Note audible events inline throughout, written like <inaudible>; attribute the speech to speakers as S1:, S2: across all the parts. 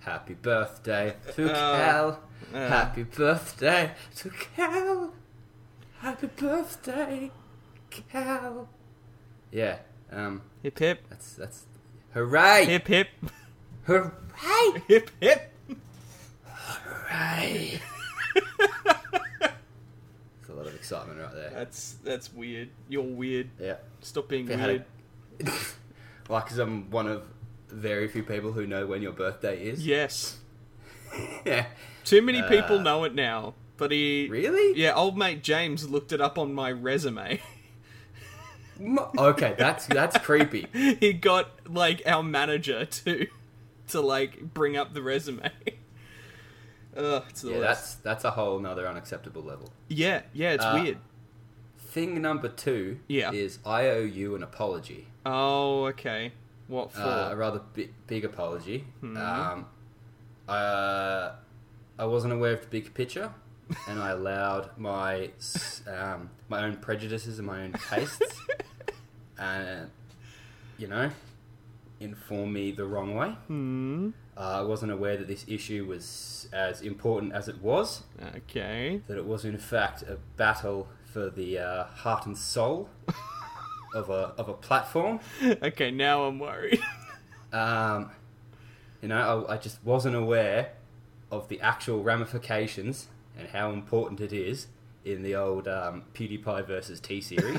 S1: Happy birthday to Cal. Happy birthday to Cal. Happy birthday, Cal. Yeah. Um.
S2: Hip hip.
S1: That's that's. Hooray!
S2: Hip hip. <laughs>
S1: Hooray!
S2: Hip hip.
S1: <laughs> Hooray! It's a lot of excitement right there.
S2: That's that's weird. You're weird.
S1: Yeah.
S2: Stop being
S1: If it had
S2: weird.
S1: a- <laughs> Like, 'cause I'm one of very few people who know when your birthday is.
S2: Yes.
S1: <laughs> Yeah.
S2: Too many people
S1: Uh,
S2: know it now. But he
S1: Really?
S2: Yeah, old mate James looked it up on my resume. <laughs>
S1: M- Okay, that's that's creepy.
S2: he got like our manager to to like bring up the resume. <laughs> Ugh, it's the
S1: Yeah,
S2: worst.
S1: that's that's a whole nother unacceptable level.
S2: Yeah, yeah, it's
S1: Uh,
S2: weird.
S1: Thing number two
S2: Yeah.
S1: is I owe you an apology.
S2: Oh, okay. What Hmm. for?
S1: Uh, a rather bi- big apology. Um, uh, I wasn't aware of the big
S2: <laughs>
S1: picture, and I allowed my s- um, my own prejudices and my own
S2: <laughs>
S1: tastes, <laughs> and you know, inform me the wrong way.
S2: hmm.
S1: Uh, I wasn't aware that this issue was as important as it was.
S2: Okay. <laughs>
S1: That it was in fact a battle for the uh, heart and soul of a of a platform.
S2: Okay, now I'm worried. <laughs>
S1: Um, you know, I, I just wasn't aware of the actual ramifications and how important it is in the old um, PewDiePie versus T series.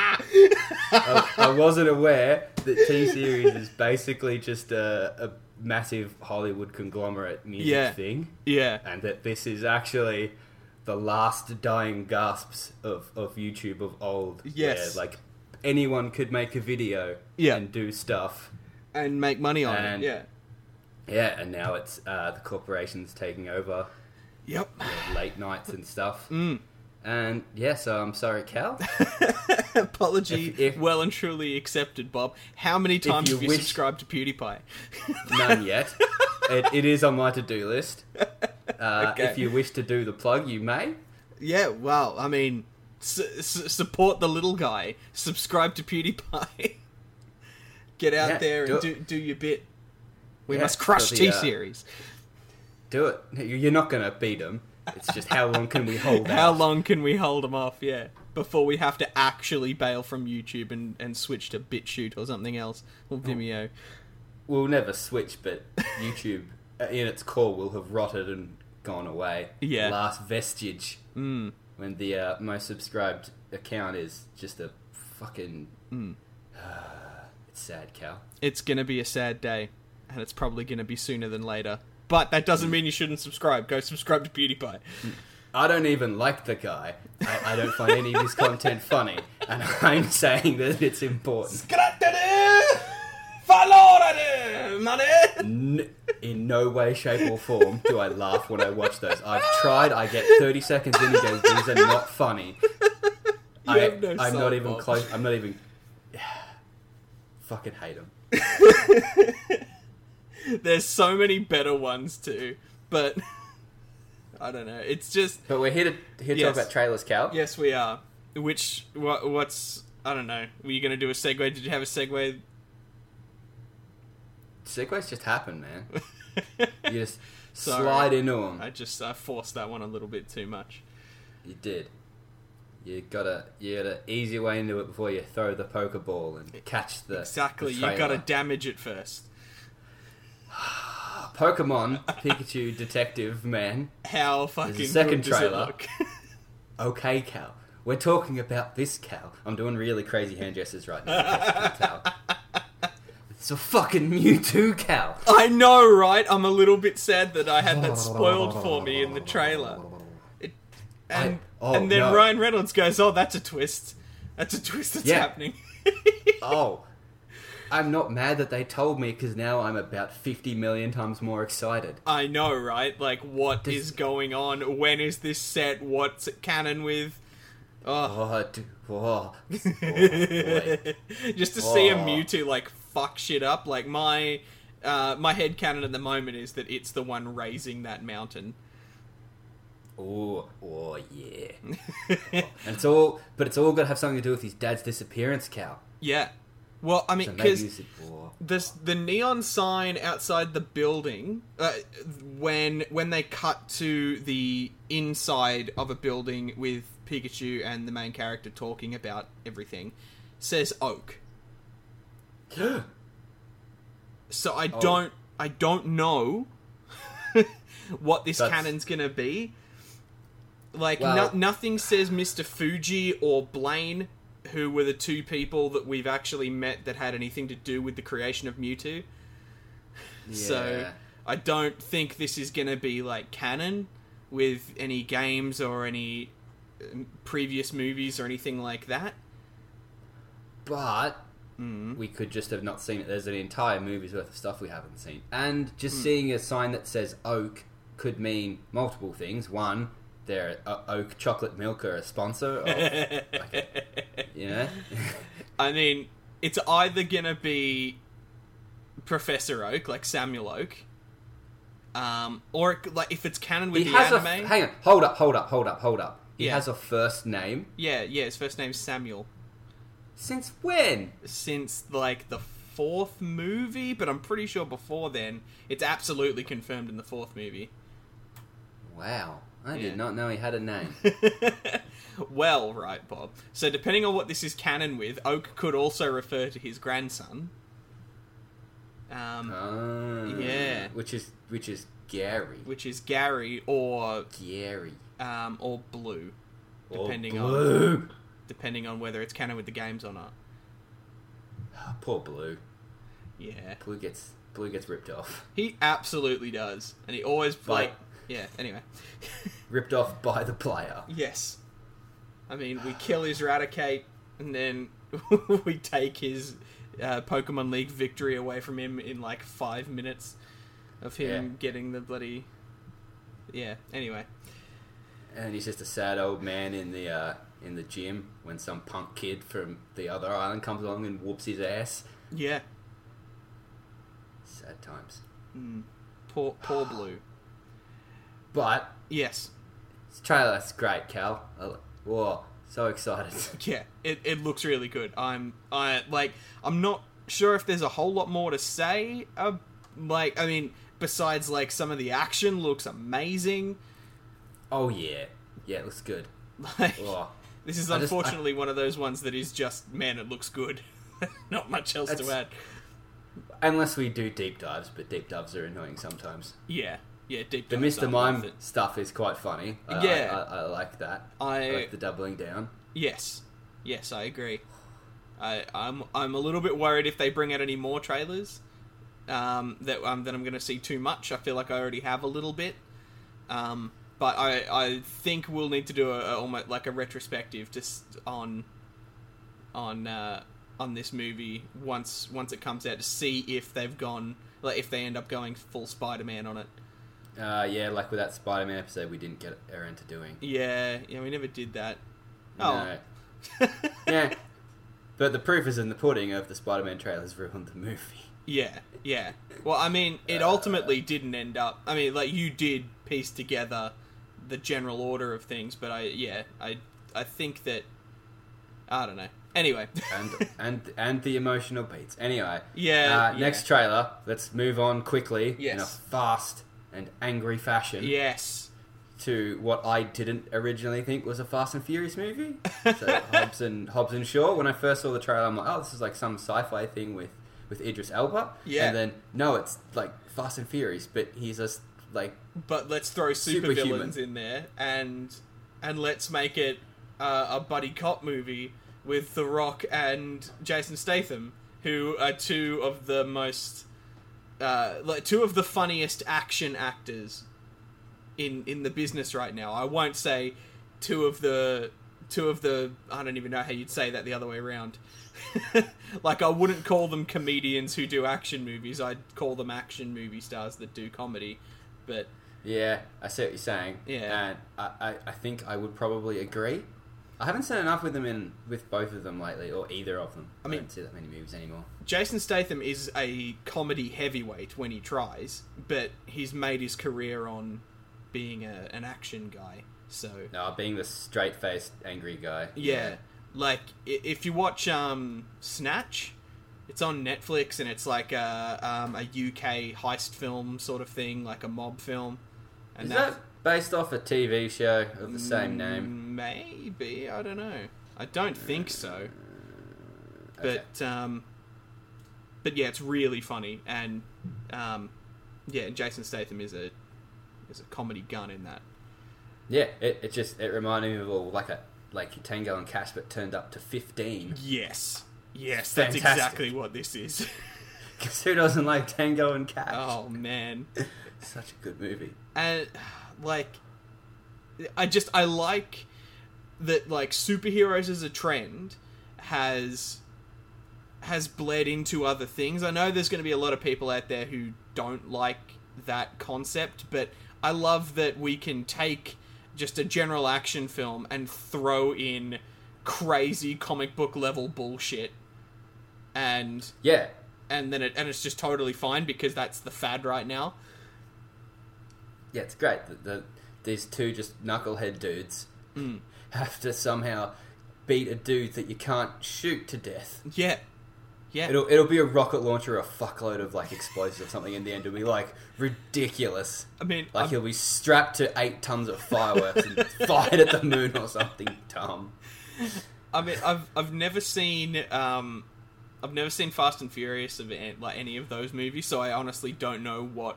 S1: I, I wasn't aware that T series is basically just a, a massive Hollywood conglomerate music
S2: Yeah.
S1: thing,
S2: <laughs> yeah.
S1: and that this is actually the last dying gasps of, of YouTube of old.
S2: Yes.
S1: where, like anyone could make a video
S2: Yeah.
S1: and do stuff.
S2: And make money on
S1: And-
S2: it. Yeah.
S1: Yeah, and now it's uh, the corporations taking over
S2: Yep. <laughs>
S1: late nights and stuff.
S2: Mm.
S1: And yeah, so I'm sorry, Cal.
S2: Apology
S1: If- if-
S2: well and truly accepted, Bob. How many times
S1: you
S2: have you
S1: wish-
S2: subscribed to PewDiePie? <laughs>
S1: None yet. It, it is on my to do
S2: <laughs>
S1: list. Uh,
S2: Okay.
S1: If you wish to do the plug, you may.
S2: yeah, well, I mean, su- su- support the little guy. Subscribe to PewDiePie. <laughs> Get out
S1: Yeah,
S2: there and
S1: do
S2: do,
S1: it.
S2: do your bit. We
S1: Yeah,
S2: must crush
S1: so the,
S2: T
S1: uh,
S2: Series.
S1: Do it. You- You're not going to beat them. It's just how long can we hold
S2: How
S1: out?
S2: long can we hold them off? Yeah, before we have to actually bail from YouTube and, and switch to BitChute or something else or Vimeo.
S1: We'll never switch, but <laughs> YouTube, uh, in its core, will have rotted and gone away.
S2: Yeah.
S1: Last vestige. When the uh, most subscribed account is just a fucking. <sighs> it's sad, Cal.
S2: It's gonna be a sad day, and it's probably gonna be sooner than later. But that doesn't mean you shouldn't subscribe. Go subscribe to PewDiePie. <laughs>
S1: I don't even like the guy. I, I don't find any of his content funny, and I'm saying that it's important. N- in no way, shape, or form do I laugh when I watch those. I've tried. I get 30 seconds in and go, "These are not funny." I,
S2: have no
S1: I'm
S2: soul,
S1: not even
S2: Bob.
S1: close. I'm not even. <sighs> Fucking hate him.
S2: There's so many better ones too, but <laughs> I don't know. It's just
S1: But we're here to here to
S2: Yes.
S1: talk about trailers, Cal.
S2: yes, we are. Which what, what's I don't know. Were you gonna do a segue? Did you have a segue?
S1: Segways just happen,
S2: <laughs>
S1: man. You just slide into them.
S2: I just I forced that one a little bit too much.
S1: You did. You gotta you gotta ease your way into it before you throw the poker ball and catch the
S2: Exactly.
S1: The
S2: You gotta
S1: trailer.
S2: damage it first.
S1: Pokemon Pikachu Detective Man.
S2: How fucking
S1: second
S2: good does
S1: trailer.
S2: it look? <laughs>
S1: Okay, Cal. We're talking about this, Cal. I'm doing really crazy hand gestures right <laughs> now, Cal. It's a fucking Mewtwo, Cal.
S2: I know, right? I'm a little bit sad that I had that spoiled for me in the trailer. It, and
S1: I- oh,
S2: and then
S1: no.
S2: Ryan Reynolds goes, "Oh, that's a twist. That's a twist that's
S1: Yeah.
S2: happening." <laughs>
S1: Oh. I'm not mad that they told me because now I'm about 50 million times more excited.
S2: I know, right? Like, what
S1: Does-
S2: is going on? When is this set? What's it canon with? <laughs> Oh,
S1: Oh, dude. Oh, oh boy.
S2: just to see a
S1: Oh.
S2: Mewtwo like fuck shit up. Like my uh, my head canon at the moment is that it's the one raising that mountain.
S1: <laughs> Oh, oh yeah. and it's all, but it's all got to have something to do with his dad's disappearance, Cal.
S2: Yeah, Well, I mean,
S1: So maybe
S2: because
S1: <gasps> this is war.
S2: this the neon sign outside the building uh, when when they cut to the inside of a building with Pikachu and the main character talking about everything says oak. So I
S1: Oh.
S2: don't I don't know <laughs> what this
S1: That's-
S2: canon's gonna be. Like
S1: Well-
S2: no, nothing says Mr. Fuji or Blaine, who were the two people that we've actually met that had anything to do with the creation of Mewtwo. So
S1: Yeah.
S2: I don't think this is gonna be like canon with any games or any um, previous movies or anything like that. <laughs>
S1: But
S2: Mm.
S1: we could just have not seen it. There's an entire movie's worth of stuff we haven't seen. And just
S2: Mm.
S1: seeing a sign that says oak could mean multiple things. One, they're a oak chocolate milk or a sponsor, of, like
S2: <laughs>
S1: a- you know?
S2: I mean, it's either gonna be Professor Oak, like Samuel Oak, um, or it, c- like if it's canon with
S1: he
S2: the
S1: has a.
S2: anime.
S1: Hang on. Hold up, hold up, hold up, hold up. He
S2: Yeah.
S1: has a first name.
S2: yeah, yeah. His first name's Samuel
S1: Since when?
S2: since like the fourth movie, but I'm pretty sure before then, it's absolutely confirmed in the fourth movie.
S1: Wow. I
S2: Yeah.
S1: did not know he had a
S2: <laughs>
S1: name.
S2: well, right, Bob. So depending on what this is canon with, Oak could also refer to his grandson. Um,
S1: Oh.
S2: Yeah.
S1: Which is which is Gary.
S2: which is Gary or
S1: Gary.
S2: um, or blue,
S1: Or
S2: Depending on-
S1: blue.
S2: depending on whether it's canon with the games or not.
S1: Poor Blue.
S2: Yeah,
S1: Blue gets Blue gets ripped off.
S2: he absolutely does, and he always like
S1: Right.
S2: yeah. Anyway, <laughs>
S1: Ripped off by the player.
S2: yes, I mean we kill his Raticate, and then <laughs> we take his uh, Pokemon League victory away from him in like five minutes of him
S1: Yeah.
S2: getting the bloody yeah. Anyway,
S1: And he's just a sad old man in the uh, in the gym when some punk kid from the other island comes along and whoops his ass.
S2: yeah,
S1: Sad times.
S2: poor poor Blue.
S1: But
S2: Yes,
S1: this trailer's great, Cal. I- Whoa, so excited. <laughs>
S2: yeah, it, it looks really good. I'm I like I'm not sure if there's a whole lot more to say. Uh, like I mean, besides like some of the action looks amazing. <laughs>
S1: oh yeah, yeah, it looks good.
S2: Like
S1: Whoa.
S2: this is
S1: I just- I-
S2: unfortunately one of those ones that is just man, it looks good. <laughs> not much else to add.
S1: That's- Unless we do deep dives, but deep dives are annoying sometimes.
S2: Yeah, yeah, deep.
S1: The
S2: dive's
S1: Mr.
S2: not worth
S1: Mime
S2: it.
S1: stuff is quite funny. I- I-
S2: Yeah.
S1: I, I, like that.
S2: I-
S1: like the doubling down.
S2: Yes, yes, I agree. I, I'm I'm a little bit worried if they bring out any more trailers um, that um, that I'm going to see too much. I feel like I already have a little bit, um, but I I think we'll need to do a, a almost like a retrospective just on on uh, on this movie once once it comes out to see if they've gone like if they end up going full Spider-Man on it.
S1: Uh, yeah, like with that Spider-Man episode, we didn't get Aaron to doing.
S2: Yeah, yeah, we never did that. Oh,
S1: No.
S2: <laughs>
S1: yeah. But the proof is in the pudding of the Spider Man trailers ruined the movie.
S2: Yeah, yeah. Well, I mean, it ultimately didn't end up. I mean, like you did piece together the general order of things, but I, yeah, I, I think that I don't know. Anyway,
S1: And and and the emotional beats. Anyway.
S2: Yeah,
S1: Uh,
S2: yeah.
S1: Next trailer. Let's move on quickly in a
S2: Yes.
S1: fast and angry fashion
S2: <laughs> yes,
S1: to what I didn't originally think was a Fast and Furious
S2: <laughs>
S1: movie. So Hobbs and Hobbs and Shaw. When I first saw the trailer, I'm like, oh, this is like some sci-fi thing with with Idris Elba.
S2: Yeah.
S1: And then no, it's like Fast and Furious, but he's just like
S2: but let's throw super
S1: Superhuman.
S2: villains in there and and let's make it uh, a buddy cop movie with The Rock and Jason Statham, who are two of the most uh, like two of the funniest action actors in in the business right now. I won't say two of the two of the I don't even know how you'd say that the other way around. <laughs> like I wouldn't call them comedians who do action movies. I'd call them action movie stars that do comedy. But
S1: Yeah, I see what you're saying.
S2: Yeah.
S1: and I, I, I think I would probably agree. I haven't seen enough with them in with both of them lately, or either of them. I,
S2: mean-
S1: don't see that many movies anymore.
S2: Jason Statham is a comedy heavyweight when he tries, but he's made his career on being a, an action guy. So
S1: No, being the straight faced angry guy.
S2: yeah, like i- if you watch um, Snatch, It's on Netflix, and it's like a um, a UK heist film sort of thing, like a mob film. And
S1: Is that based off a TV show of the same
S2: Mm.
S1: name?
S2: Maybe I don't know. I don't think so.
S1: Okay.
S2: But um, but yeah, it's really funny, and um, yeah, and Jason Statham is a is a comedy gun in that.
S1: Yeah, it, it just it reminded me of all like a like Tango and Cash, but turned up to fifteen. <laughs>
S2: Yes, yes, that's
S1: Fantastic.
S2: exactly what this is. <laughs>
S1: Because who doesn't like Tango and Cash?
S2: oh man,
S1: Such a good movie.
S2: and <sighs> like i just i like that like superheroes as a trend has has bled into other things i know there's going to be a lot of people out there who don't like that concept but i love that we can take just a general action film and throw in crazy comic book level bullshit and
S1: Yeah,
S2: and then it and it's just totally fine because that's the fad right now
S1: yeah, it's great that the, these two just knucklehead dudes
S2: Mm.
S1: <laughs> have to somehow beat a dude that you can't shoot to
S2: <laughs>
S1: death.
S2: yeah yeah
S1: It'll it'll be a rocket launcher, or a fuckload of like explosives or something in the end. It'll be like ridiculous.
S2: i mean
S1: Like
S2: I'm-
S1: he'll be strapped to eight tons of fireworks and <laughs> fired at the moon or something dumb.
S2: I mean, I've I've never seen um, I've never seen Fast and Furious of an- like any of those movies, so I honestly don't know what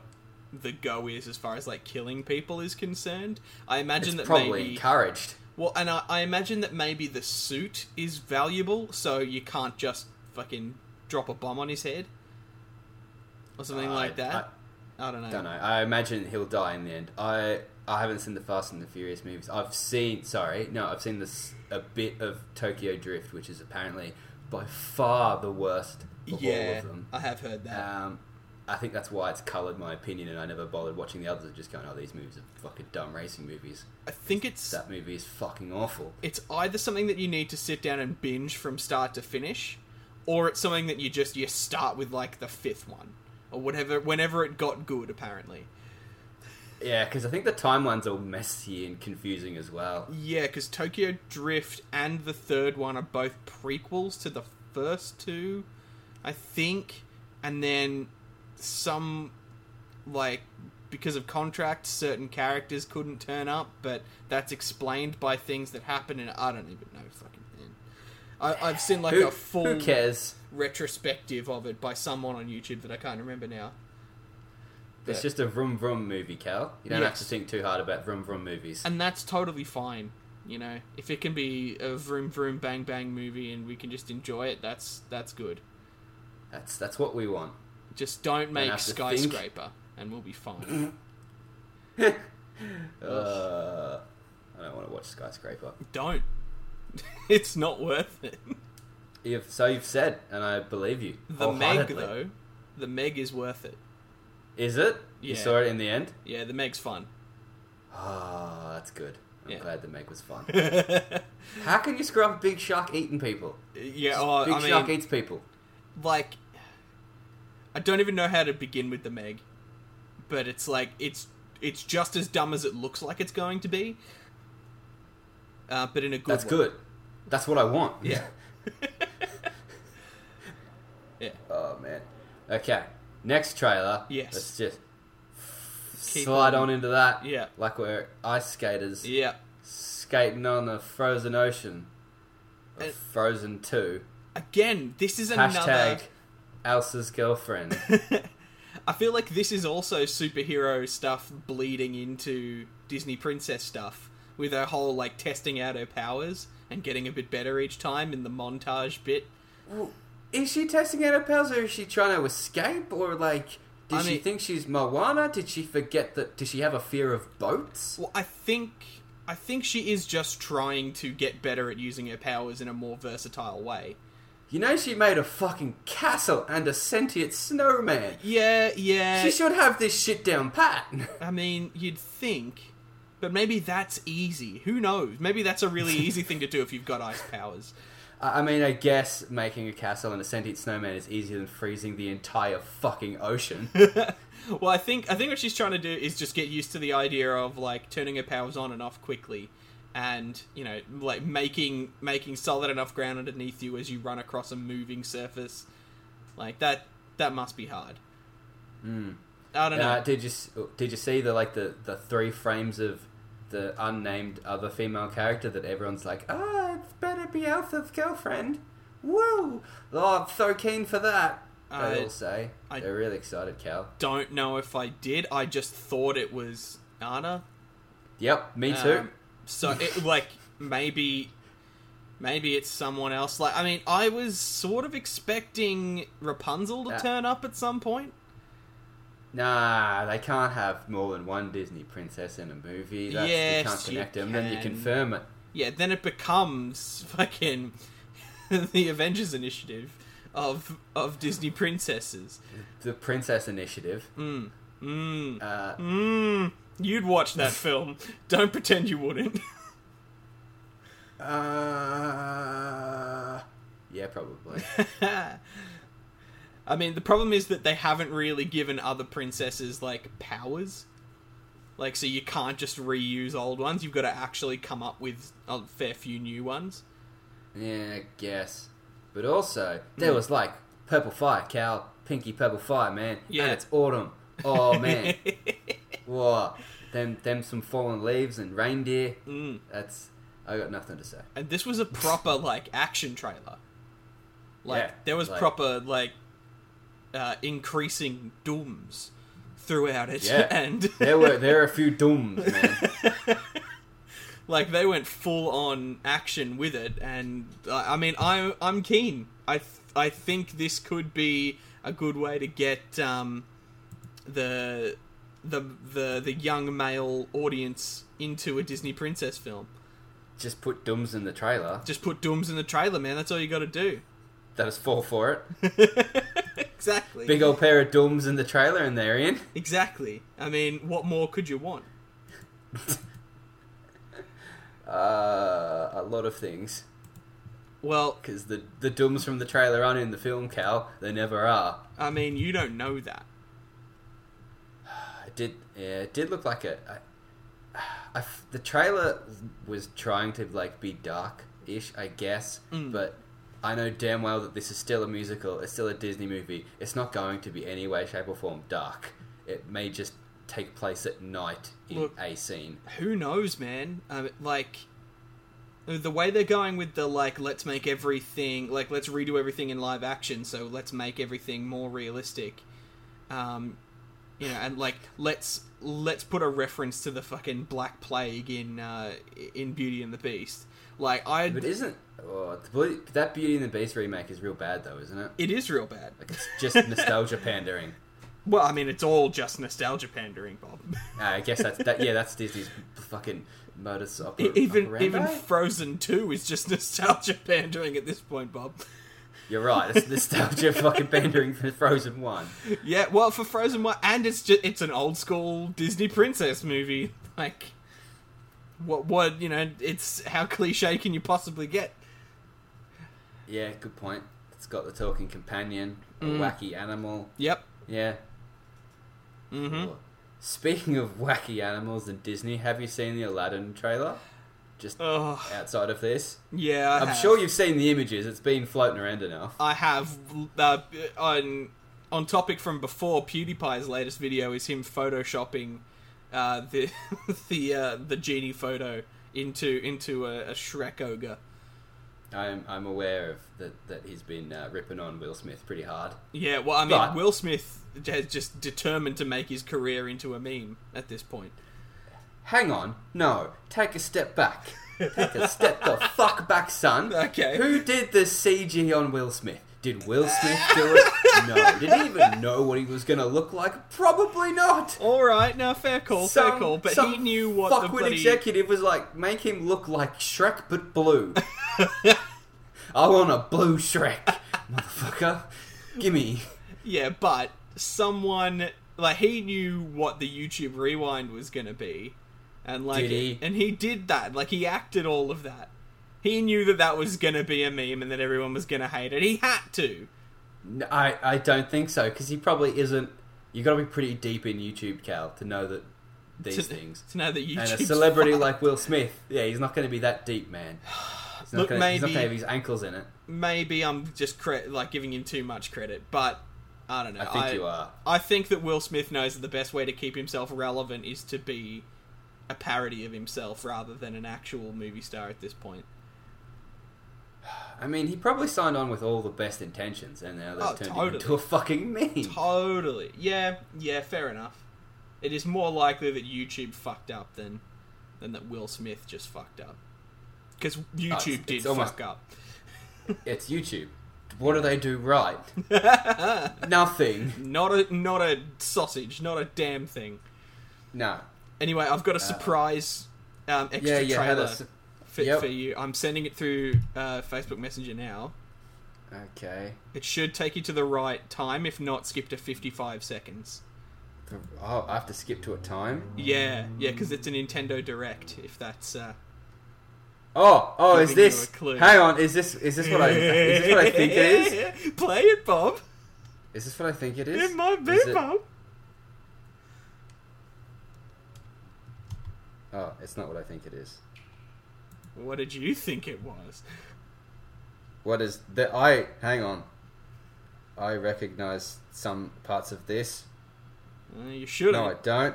S2: the go is as far as like killing people is concerned. I imagine
S1: It's
S2: that
S1: probably
S2: maybe
S1: encouraged.
S2: well, and I, I imagine that maybe the suit is valuable, so you can't just fucking drop a bomb on his head or something
S1: I-
S2: like that. I, don't know.
S1: Uh, I don't know. I imagine he'll die in the end. I I haven't seen the Fast and the Furious movies. I've seen sorry, no, I've seen this a bit of Tokyo Drift, which is apparently by far the worst of all
S2: yeah,
S1: of them.
S2: I have heard that.
S1: Um, I think that's why it's coloured my opinion, and I never bothered watching the others. Just going, oh, these movies are fucking dumb racing movies.
S2: I think it's
S1: That movie is fucking awful.
S2: it's either something that you need to sit down and binge from start to finish, or it's something that you just you start with like the fifth one or whatever whenever it got good apparently.
S1: Yeah, because I think the timelines are messy and confusing as well.
S2: Yeah, because Tokyo Drift and the third one are both prequels to the first two, I think, and then some like because of contracts certain characters couldn't turn up but that's explained by things that happen and i don't even know fucking I, i've seen like
S1: who,
S2: a full
S1: who cares?
S2: retrospective of it by someone on YouTube that I can't remember now.
S1: It's
S2: Yeah.
S1: just a vroom vroom movie, Cal. You don't have
S2: Yes.
S1: to think too hard about vroom vroom movies.
S2: And that's totally fine. You know, if it can be a vroom vroom bang bang movie and we can just enjoy it, that's that's good.
S1: That's that's what we want.
S2: Just don't make
S1: have to think.
S2: skyscraper and we'll be fine.
S1: Uh, I don't want to watch Skyscraper.
S2: don't. <laughs> it's not worth it.
S1: You've, so you've said, and I believe you.
S2: The Meg
S1: wholeheartedly.
S2: though, the Meg is worth it.
S1: is it? You
S2: Yeah.
S1: saw it in the end.
S2: Yeah, the Meg's fun.
S1: Ah, that's good. I'm
S2: Yeah.
S1: glad the Meg was
S2: <laughs>
S1: fun.
S2: yeah,
S1: How can you screw up Big Shark eating people?
S2: oh,
S1: Big
S2: I mean,
S1: Shark eats people.
S2: like I don't even know how to begin with the Meg, but it's like it's it's just as dumb as it looks like it's going to be, uh, but in a good.
S1: That's
S2: way.
S1: good. That's what I want. <laughs>
S2: Yeah. yeah.
S1: Oh man. Okay. Next trailer.
S2: Yes.
S1: Let's just
S2: Keep
S1: slide
S2: on.
S1: on. into that.
S2: Yeah.
S1: Like we're ice skaters
S2: Yeah.
S1: skating on the frozen ocean. Of
S2: Uh,
S1: frozen two.
S2: Again, this is another.
S1: Hashtag Elsa's
S2: <laughs>
S1: girlfriend.
S2: I feel like this is also superhero stuff bleeding into Disney princess stuff with her whole like testing out her powers and getting a bit better each time in the montage bit.
S1: Well, is she testing out her powers, or is she trying to escape, or like? Did
S2: I
S1: she
S2: mean-
S1: think she's Moana? Did she forget that? Did she have a fear of boats?
S2: Well, I think I think she is just trying to get better at using her powers in a more versatile way.
S1: You know, she made a fucking castle and a sentient snowman.
S2: Yeah, yeah.
S1: She should have this shit down pat. <laughs>
S2: I mean, you'd think, but maybe that's easy. Who knows? Maybe that's a really easy thing to do if you've got ice powers.
S1: I I mean, I guess making a castle and a sentient snowman is easier than freezing the entire fucking ocean.
S2: Well, I think I think what she's trying to do is just get used to the idea of like turning her powers on and off quickly, and you know, like making making solid enough ground underneath you as you run across a moving surface, Like that that must be hard.
S1: Mm.
S2: I don't know.
S1: Uh, did you s- did you see the like the, the three frames of the unnamed other female character that everyone's like, ah, it's better be Alpha's girlfriend. Woo! Oh, I'm so keen for that. They
S2: I-
S1: all say
S2: I-
S1: they're really excited, Cal.
S2: Don't know if I did. I just thought it was Anna.
S1: Yep, me too.
S2: Um, so it like maybe maybe it's someone else. Like I mean, I was sort of expecting Rapunzel to
S1: Yeah.
S2: turn up at some point.
S1: Nah, they can't have more than one Disney princess in a movie. That's,
S2: Yes,
S1: you can't
S2: you
S1: connect them. Then you
S2: can.
S1: confirm it.
S2: Yeah, then it becomes fucking <laughs> the Avengers initiative of of Disney princesses.
S1: The Princess Initiative.
S2: Mm. Mm.
S1: Uh,
S2: Mm. You'd watch that film. Don't pretend you wouldn't. <laughs>
S1: uh, yeah, probably.
S2: <laughs> I mean, the problem is that they haven't really given other princesses like powers. Like, so you can't just reuse old ones. You've got to actually come up with a fair few new ones.
S1: Yeah, I guess. But also, there
S2: Mm.
S1: was like purple fire, Cal. Pinky purple fire, man.
S2: Yeah.
S1: And it's autumn.
S2: <laughs>
S1: Oh, man. Whoa. Them, them some fallen leaves and reindeer.
S2: Mm.
S1: That's. I got nothing to say.
S2: And this was a proper like action trailer. Like
S1: Yeah,
S2: there was
S1: like-
S2: proper like uh, increasing dooms throughout it,
S1: Yeah.
S2: <laughs> and
S1: There were there are a few dooms, man.
S2: like they went full on action with it and uh, i mean i i'm keen i th- i think this could be a good way to get um the the the the young male audience into a disney princess film
S1: Just put dooms in the trailer.
S2: just put dooms in the trailer man that's all you got to do <laughs>
S1: That is fall for it.
S2: exactly
S1: Big old pair of dooms in the trailer, and they're in.
S2: exactly i mean what more could you want
S1: Uh, a lot of things.
S2: well
S1: Because the, the dooms from the trailer aren't in the film, Cal. They never are.
S2: i mean you don't know that
S1: It did yeah, it did look like a, I- I f- the trailer was trying to like be dark ish I guess
S2: Mm.
S1: but I know damn well that this is still a musical it's still a Disney movie it's not going to be any way shape or form dark it may just take place at night in
S2: Look.
S1: a scene
S2: who knows, man? Um, like the way they're going with the like, let's make everything like let's redo everything in live action, so let's make everything more realistic. Um, you know, and like let's let's put a reference to the fucking Black Plague in uh, in Beauty and the Beast. Like I,
S1: but isn't oh, the Blue- that Beauty and the Beast remake is real bad though isn't it
S2: it is real bad.
S1: like it's
S2: <laughs>
S1: just nostalgia pandering
S2: Well, I mean, it's all just nostalgia pandering, Bob. <laughs>
S1: Ah, I guess that's that yeah that's Disney's fucking modus oper-
S2: E-, even
S1: operandi.
S2: even Frozen Two is just nostalgia <laughs> pandering at this point, Bob.
S1: You're right. It's nostalgia fucking pandering for Frozen One.
S2: Yeah, well, for Frozen one, and it's just it's an old school Disney princess movie. <laughs> Like, what what you know? It's how cliche can you possibly get?
S1: Yeah, good point. It's got the talking companion, a
S2: Mm.
S1: wacky animal.
S2: Yep.
S1: Yeah.
S2: Mm-hmm.
S1: Cool. Speaking of wacky animals and Disney, have you seen the Aladdin trailer? Just
S2: Oh,
S1: outside of this,
S2: yeah. I
S1: I'm
S2: have.
S1: sure you've seen the images. It's been floating around enough.
S2: I have uh, on on topic from before. PewDiePie's latest video is him photoshopping uh, <laughs> the the uh, the genie photo into into a, a Shrek ogre.
S1: I'm I'm aware of that that he's been uh, ripping on Will Smith pretty hard.
S2: Yeah, well, I mean,
S1: But-
S2: Will Smith has just determined to make his career into a meme at this point.
S1: Hang on, no, take a step back. Take a step the fuck back, son.
S2: Okay.
S1: Who did the CG on Will Smith? Did Will Smith do it? No. Did he even know what he was going to look like? Probably not.
S2: All right, now fair call, fair call. But
S1: some
S2: he knew what the
S1: fuckwit
S2: bloody
S1: executive was like. Make him look like Shrek, but blue.
S2: <laughs>
S1: I want a blue Shrek, motherfucker. Gimme.
S2: yeah, but someone like he knew what the YouTube rewind was gonna be, and like
S1: Did he?
S2: and he did that. Like he acted all of that. He knew that that was gonna be a meme and that everyone was gonna hate it. He had to.
S1: No, I, I don't think so because he probably isn't. You got to be pretty deep in YouTube, Cal, to know that these
S2: to,
S1: things.
S2: <laughs> to know that YouTube
S1: And a celebrity like Will Smith, yeah, he's not going to be that deep, man. He's not
S2: Look,
S1: gonna, he's not
S2: maybe-
S1: gonna have his ankles in it.
S2: Maybe I'm just cre- like giving him too much credit, but I don't know.
S1: I think you are.
S2: I think that Will Smith knows that the best way to keep himself relevant is to be a parody of himself rather than an actual movie star at this point.
S1: I mean, he probably signed on with all the best intentions, and now they've
S2: Oh,
S1: turned him
S2: totally.
S1: into a fucking meme.
S2: Totally. Yeah, yeah, fair enough. It is more likely that YouTube fucked up than than that Will Smith just fucked up. Because YouTube
S1: Oh, it's
S2: did
S1: almost-
S2: fuck up.
S1: It's YouTube. What do they do
S2: <laughs>
S1: right? Nothing.
S2: Not a not a sausage, not a damn thing.
S1: No.
S2: Anyway, I've got a surprise um, extra
S1: Uh, Yeah, yeah. How
S2: trailer
S1: does?
S2: for,
S1: yep.
S2: for you. I'm sending it through uh, Facebook Messenger now.
S1: Okay.
S2: It should take you to the right time, if not, skip to 55 seconds.
S1: The- Oh, I have to skip to a time.
S2: Yeah, yeah, because it's a Nintendo Direct. If that's uh,
S1: Oh, oh, is
S2: Giving you
S1: this?
S2: a clue.
S1: Hang on, is this? Is this what I? is this
S2: <laughs>
S1: what I think it is?
S2: Play it, Bob.
S1: Is this what I think it is?
S2: It might be,
S1: Is it-
S2: Bob.
S1: Oh, it's not what I think it is.
S2: What did you think it was?
S1: What is that? I hang on. I recognize some parts of this.
S2: Uh, you should
S1: No, I
S2: have.
S1: don't.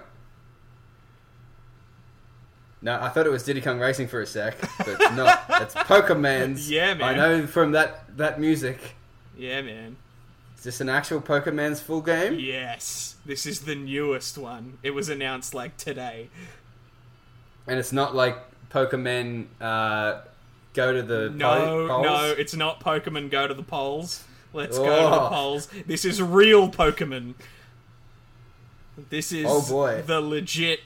S1: No, I thought it was Diddy Kong Racing for a sec,
S2: <laughs>
S1: but no, it's Pokemon's.
S2: Yeah, man.
S1: I know from that that music.
S2: Yeah, man.
S1: Is this an actual Pokemon's full game?
S2: Yes, this is the newest one. It was announced like today.
S1: And it's not like Pokemon uh, go to the
S2: No,
S1: po- polls?
S2: no, it's not Pokemon Go to the polls. Let's go to the
S1: Oh.
S2: polls. This is real Pokemon. This is
S1: Oh, boy.
S2: the legit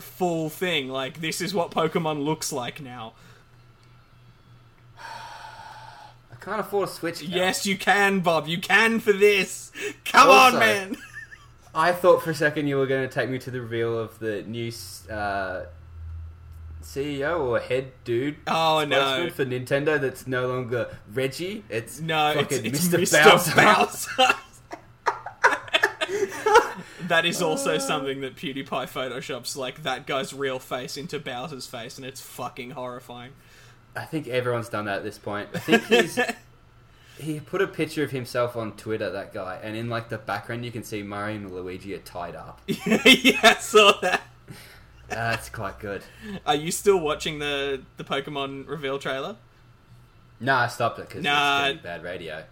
S2: full thing. Like this is what Pokemon looks like now.
S1: I can't afford a Switch. now.
S2: Yes, you can, Bob. You can for this. Come
S1: Also-
S2: on, man. <laughs>
S1: I thought for a second you were going to take me to the reveal of the new uh, CEO or head dude.
S2: Oh
S1: spokesman
S2: no.
S1: For Nintendo, that's no longer Reggie. It's
S2: No, it's,
S1: fucking
S2: it's
S1: Mr.
S2: Mr.
S1: Bowser.
S2: Bowser. <laughs> that is also something that PewDiePie photoshops like that guy's real face into Bowser's face, and it's fucking horrifying.
S1: <laughs> I think everyone's done that at this point. I think
S2: <laughs>
S1: he's he put a picture of himself on Twitter. That guy, and in like the background, you can see Mario and Luigi are tied up.
S2: yeah, I saw that.
S1: That's quite good.
S2: Are you still watching the the Pokemon reveal trailer?
S1: No, I stopped it because
S2: Nah.
S1: it's getting bad radio.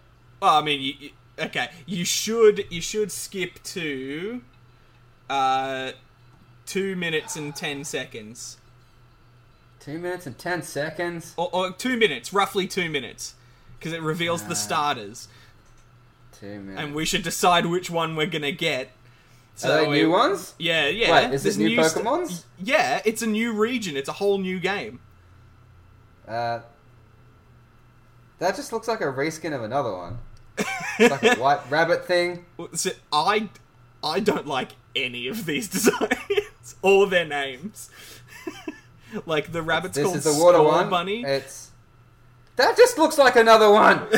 S2: Well, Oh, I mean, you, you, okay, you should you should skip to uh two minutes and ten seconds,
S1: Two minutes and ten seconds.
S2: or, or two minutes, roughly two minutes, because it reveals the starters,
S1: Two minutes.
S2: and we should decide which one we're gonna get. So
S1: are they
S2: we-
S1: new ones?
S2: Yeah, yeah.
S1: Wait, is
S2: there's
S1: it new
S2: st-
S1: Pokemons?
S2: yeah, it's a new region. It's a whole new game.
S1: Uh, that just looks like a reskin of another one. It's like
S2: <laughs>
S1: a white rabbit thing.
S2: Well, So I, I don't like any of these <laughs> designs or their names. <laughs> like the rabbit's
S1: This
S2: called
S1: is the water
S2: Skull
S1: one.
S2: Bunny.
S1: It's that just looks like another
S2: <laughs>
S1: one,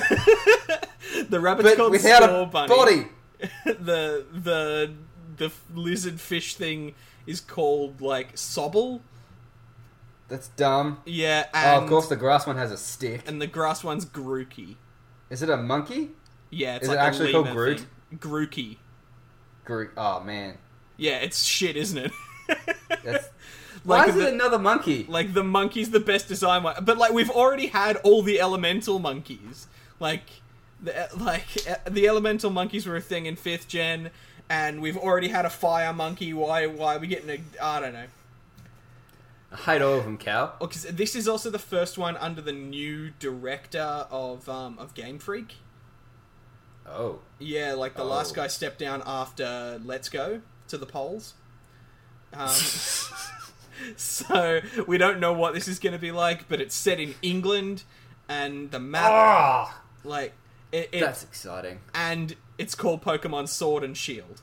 S2: the rabbit's
S1: but
S2: called
S1: without
S2: Skull
S1: a
S2: Bunny.
S1: body.
S2: <laughs> the the the f- lizard fish thing is called like Sobble.
S1: That's dumb.
S2: Yeah,
S1: Oh,
S2: and
S1: of course, the grass one has a stick.
S2: and the grass one's Grookey.
S1: Is it a monkey?
S2: Yeah, it's
S1: Is it
S2: like a
S1: actually called
S2: lemur
S1: Groot?
S2: thing. Grookey.
S1: Gr- oh man,
S2: Yeah, it's shit, isn't
S1: <laughs>
S2: it?
S1: that's.
S2: <laughs> Like
S1: Why is
S2: the-
S1: it another monkey?
S2: Like the monkey's the best design one, but like we've already had all the elemental monkeys. Like, the, like uh, the elemental monkeys were a thing in fifth gen, and we've already had a fire monkey. Why? Why are we getting a? I don't know.
S1: I hate all of them, Cal.
S2: Because this is also the first one under the new director of um, of Game Freak. <laughs>
S1: Oh,
S2: Yeah, like the last
S1: Oh.
S2: guy stepped down after Let's Go to the polls. Um, <laughs> so we don't know what this is going to be like, but it's set in England, and the map
S1: ah,
S2: like it, it-
S1: that's exciting.
S2: and it's called Pokemon Sword and Shield.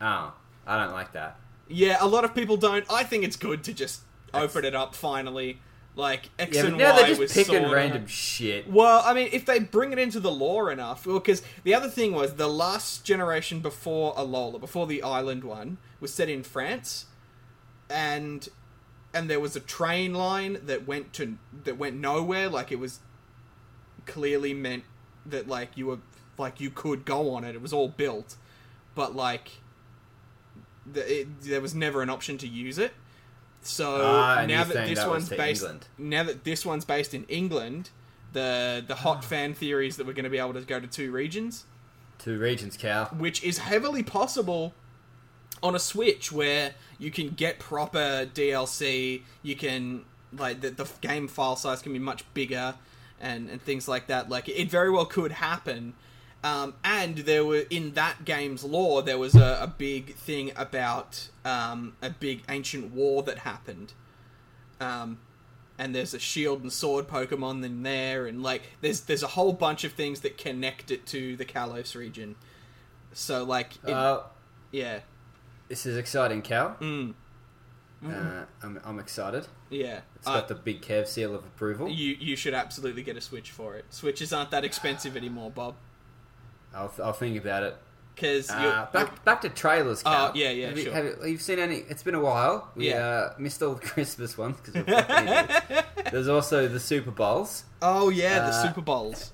S1: Oh, I don't like that.
S2: Yeah, a lot of people don't. I think it's good to just open it up finally. Like X
S1: Yeah, but
S2: and
S1: now
S2: Y
S1: they're
S2: was
S1: just picking
S2: Sword
S1: random
S2: and...
S1: shit.
S2: Well, I mean, if they bring it into the lore enough, well, because the other thing was the last generation before Alola, before the island one, was set in France, and and there was a train line that went to that went nowhere. Like it was clearly meant that like you were like you could go on it. It was all built, but like the, it, there was never an option to use it. So
S1: Ah, and
S2: now
S1: you're
S2: that
S1: saying
S2: this
S1: that was
S2: one's
S1: to
S2: based,
S1: England.
S2: now that this one's based in England, the the
S1: <sighs>
S2: hot fan theories that we're going to be able to go to two regions
S1: Two regions, cow.
S2: which is heavily possible on a Switch where you can get proper DLC, you can like the, the game file size can be much bigger and and things like that. Like it very well could happen. Um, and there were in that game's lore there was a, a big thing about um, a big ancient war that happened. Um, and there's a shield and sword Pokemon in there, and like there's there's a whole bunch of things that connect it to the Kalos region. So like, it,
S1: Uh,
S2: yeah,
S1: this is exciting, cow.
S2: mm,
S1: Uh, I'm, I'm excited.
S2: yeah.
S1: It's
S2: Uh,
S1: got the big Kev seal of approval.
S2: you you should absolutely get a Switch for it. Switches aren't that expensive anymore, Bob.
S1: I'll, th- I'll think about it.
S2: Because
S1: Uh, back back to trailers. Cal.
S2: Oh, yeah, yeah,
S1: Have you,
S2: sure.
S1: have, you, have you seen any? It's been a while. We
S2: Yeah.
S1: uh, missed all the <laughs> Christmas ones because we're fucking idiots.
S2: <laughs>
S1: There's also the Super Bowls.
S2: oh yeah, the
S1: uh,
S2: Super Bowls.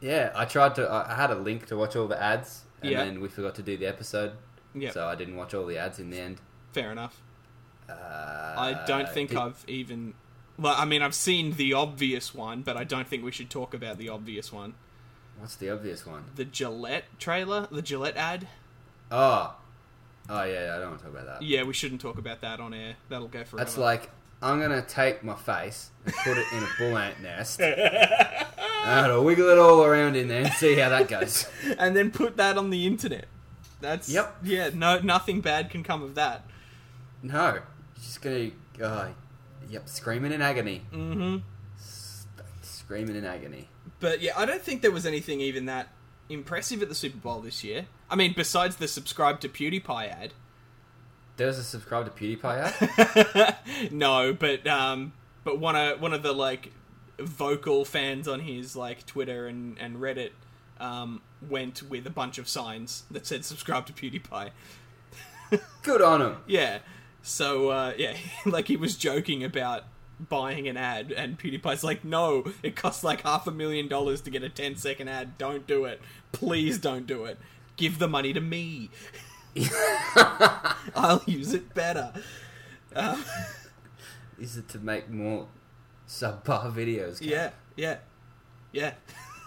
S1: Yeah, I tried to. I I had a link to watch all the ads, and
S2: Yeah.
S1: then we forgot to do the episode,
S2: Yeah,
S1: so I didn't watch all the ads in the end.
S2: fair enough.
S1: Uh,
S2: I don't think
S1: did-
S2: I've even. Well, I mean, I've seen the obvious one, but I don't think we should talk about the obvious one.
S1: What's the obvious one?
S2: The Gillette trailer, the Gillette ad.
S1: Oh, oh yeah, I don't want to talk about that.
S2: Yeah, we shouldn't talk about that on air. That'll go forever.
S1: That's like I'm gonna take my face and put it in a bull ant
S2: <laughs>
S1: nest. and I'm gonna wiggle it all around in there and see how that goes.
S2: and then put that on the internet. That's
S1: Yep.
S2: Yeah, no, nothing bad can come of that.
S1: No, you're just gonna, uh, yep, screaming in agony,
S2: hmm
S1: screaming in agony.
S2: But yeah, I don't think there was anything even that impressive at the Super Bowl this year. I mean, besides the subscribe to PewDiePie ad. <laughs>
S1: There's a subscribe to PewDiePie ad.
S2: no, but um, but one of one of the like vocal fans on his like Twitter and and Reddit um went with a bunch of signs that said subscribe to PewDiePie.
S1: Good on him.
S2: Yeah. So uh, yeah, <laughs> like he was joking about buying an ad, and PewDiePie's like, "No, it costs like half a million dollars to get a 10 second ad. Don't do it. Please don't do it. Give the money to me. I'll use it better." Uh,
S1: Is it to make more subpar videos? Cal?
S2: yeah, yeah, yeah.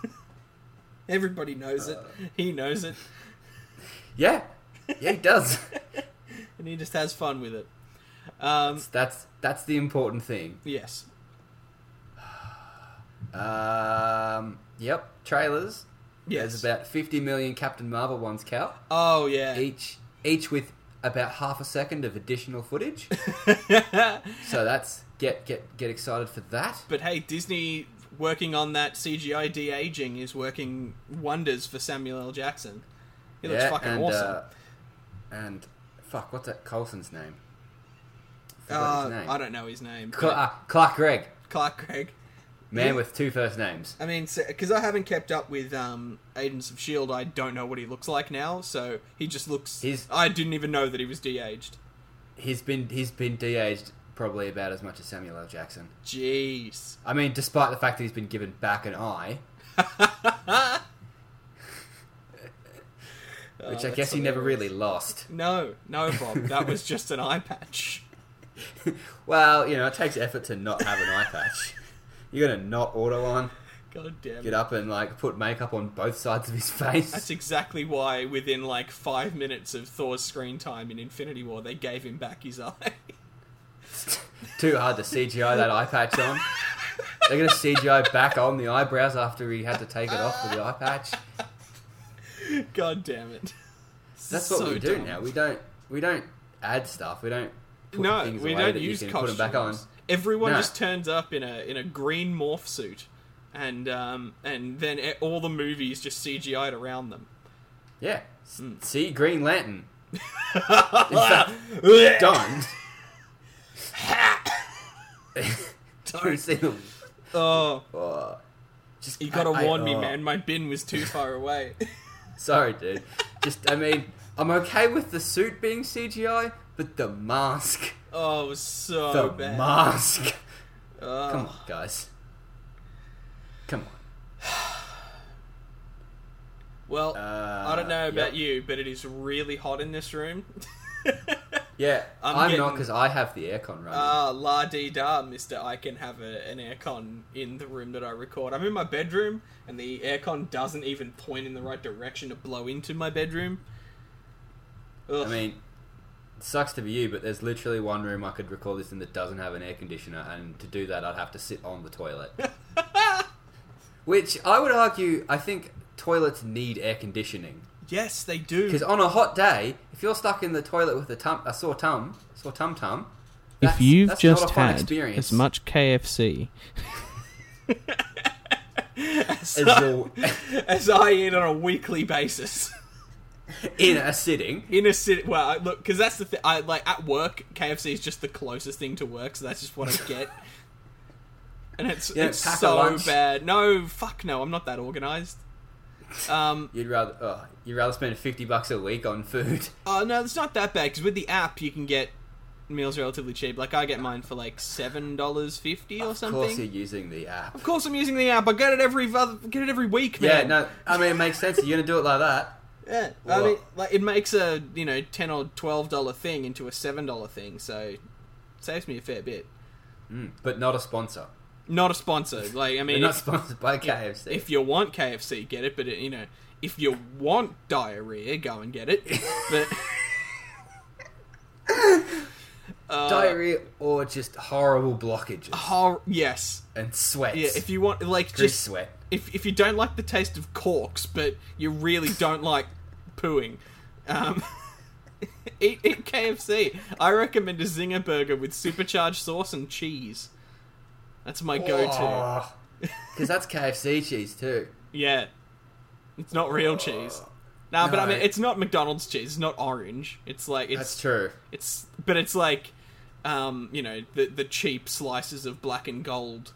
S2: <laughs> Everybody knows it. He knows it,
S1: yeah, yeah, it does. <laughs>
S2: and he just has fun with it. Um,
S1: that's that's the important thing.
S2: yes.
S1: Um, yep, trailers.
S2: Yes.
S1: There's about 50 million Captain Marvel ones, Cal.
S2: oh yeah.
S1: Each each with about half a second of additional
S2: <laughs>
S1: footage. so that's get get get excited for that.
S2: But hey, Disney working on that CGI de aging is working wonders for Samuel L. Jackson. He looks fucking awesome.
S1: uh, and fuck, what's that Colson's name? I forgot
S2: Uh,
S1: his name.
S2: I don't know his name.
S1: Cl- uh,
S2: Clark,
S1: Clark Gregg,
S2: Clark Gregg.
S1: man
S2: Yeah.
S1: with two first names.
S2: I mean, because I haven't kept up with um, Agents of Shield, I don't know what he looks like now. So he just looks.
S1: He's-
S2: I didn't even know that he was de-aged.
S1: He's been he's been de-aged probably about as much as Samuel L. Jackson.
S2: Jeez.
S1: I mean, despite the fact that he's been given back an eye,
S2: <laughs>
S1: which I
S2: Oh, that's
S1: guess he never
S2: hilarious.
S1: really lost.
S2: No, no, Bob. That was just an eye patch. <laughs>
S1: Well, you know, it takes effort to not have an eye patch. You're gonna not order one,
S2: God damn
S1: get
S2: it.
S1: up and like put makeup on both sides of his face.
S2: That's exactly why, within like five minutes of Thor's screen time in Infinity War, they gave him back his <laughs> eye.
S1: Too hard to CGI that eye patch on. They're gonna CGI back on the eyebrows after he had to take it off with the eye patch.
S2: God damn it.
S1: That's what
S2: So
S1: we do
S2: dumb.
S1: now. We don't we don't add stuff. We don't put
S2: no,
S1: things
S2: we
S1: away
S2: don't
S1: that
S2: use
S1: you can
S2: costumes.
S1: put them back on.
S2: Everyone
S1: No.
S2: just turns up in a in a green morph suit, and um and then e- all the movies just CGI'd around them.
S1: Yeah. S-
S2: Hmm.
S1: See Green
S2: <laughs>
S1: Lantern. In fact, <laughs> don't. <laughs> don't see them.
S2: Oh,
S1: Oh, just
S2: you gotta
S1: I- I-
S2: warn me,
S1: oh.
S2: man. My bin was too far away. <laughs>
S1: Sorry, dude. Just I mean, I'm okay with the suit being CGI, but the mask.
S2: Oh, it was so
S1: the
S2: bad. <laughs>
S1: mask.
S2: Oh.
S1: Come on, guys. Come
S2: Well,
S1: on. Uh,
S2: I don't know
S1: yep.
S2: about you, but it is really hot in this room. <laughs>
S1: Yeah,
S2: I'm
S1: I'm, not
S2: getting-
S1: because I have the aircon running.
S2: Ah, la dee da, Mister. I can have a, an aircon in the room that I record. I'm in my bedroom, and the aircon doesn't even point in the right direction to blow into my bedroom. Ugh.
S1: I mean, it sucks to be you, but there's literally one room I could record this in that doesn't have an air conditioner, and to do that, I'd have to sit on the toilet.
S2: <laughs>
S1: Which I would argue, I think toilets need air conditioning
S2: yes, they do.
S1: because on a hot day, if you're stuck in the toilet with a, tum- a sore tum, sore tum tum,
S3: If you've
S1: that's not
S3: just
S1: a fun
S3: had
S1: experience.
S3: as much KFC,
S2: <laughs>
S1: as
S2: I,
S1: you're
S2: <laughs> as I eat on a weekly basis
S1: <laughs> in a sitting,
S2: in a city. Well, I- look, because that's the thing. I like at work, KFC is just the closest thing to work, so that's just what
S1: <laughs>
S2: I get. And it's
S1: Yeah,
S2: it's
S1: pack a
S2: so
S1: lunch.
S2: bad. No, fuck no, I'm not that organized. Um,
S1: you'd rather oh, you'd rather spend fifty bucks a week on
S2: <laughs>
S1: food.
S2: Oh no, it's not that bad because with the app you can get meals relatively cheap. Like I get mine for like seven dollars fifty or
S1: Of course, you're
S2: something.
S1: using the app.
S2: <laughs> Of course, I'm using the app. I get it every other, get it every week,
S1: Yeah,
S2: man.
S1: no, I mean it makes sense. You're gonna do it like that.
S2: Yeah, I
S1: Well-
S2: mean, like it makes a you know ten or twelve dollar thing into a seven dollar thing, so saves me a fair bit.
S1: Mm, but not a sponsor.
S2: Not a sponsor. Like I
S1: They're
S2: mean,
S1: not
S2: if,
S1: sponsored by KFC.
S2: if you want KFC, get it. But it, you know, if you want diarrhea, go and get it. But uh,
S1: Diarrhea or just horrible blockages
S2: hor- yes,
S1: and sweats.
S2: Oh, yeah. If you want, like,
S1: Grease
S2: just
S1: sweat.
S2: if if you don't like the taste of corks, but you really don't like pooing, um, <laughs> eat, eat KFC. I recommend a Zinger burger with supercharged sauce and cheese. That's my go-to.
S1: <laughs> Because Oh. that's KFC cheese too.
S2: Yeah, it's not real cheese. Nah, but I
S1: No.
S2: mean, it's not McDonald's cheese. It's not orange. It's like it's
S1: That's true.
S2: it's, but it's like, um, you know, the the cheap slices of black and gold,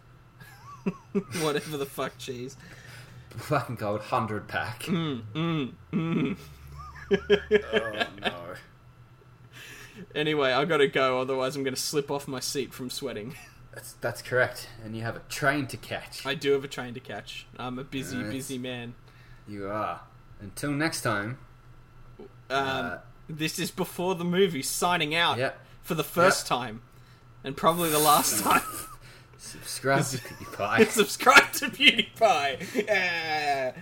S2: <laughs> whatever the fuck cheese.
S1: <laughs> Fucking gold hundred pack. oh no.
S2: Anyway, I gotta go, otherwise I'm gonna slip off my seat from sweating. <laughs>
S1: That's that's correct. And you have a train to catch.
S2: I do have a train to catch. I'm a busy,
S1: Alright.
S2: busy man.
S1: You are. Until next time.
S2: Um,
S1: Uh,
S2: this is before the movie, signing out
S1: Yep.
S2: for the first time, and probably the last <laughs> time.
S1: Subscribe to Uh, PewDiePie.
S2: Subscribe to Beauty Pie. Yeah.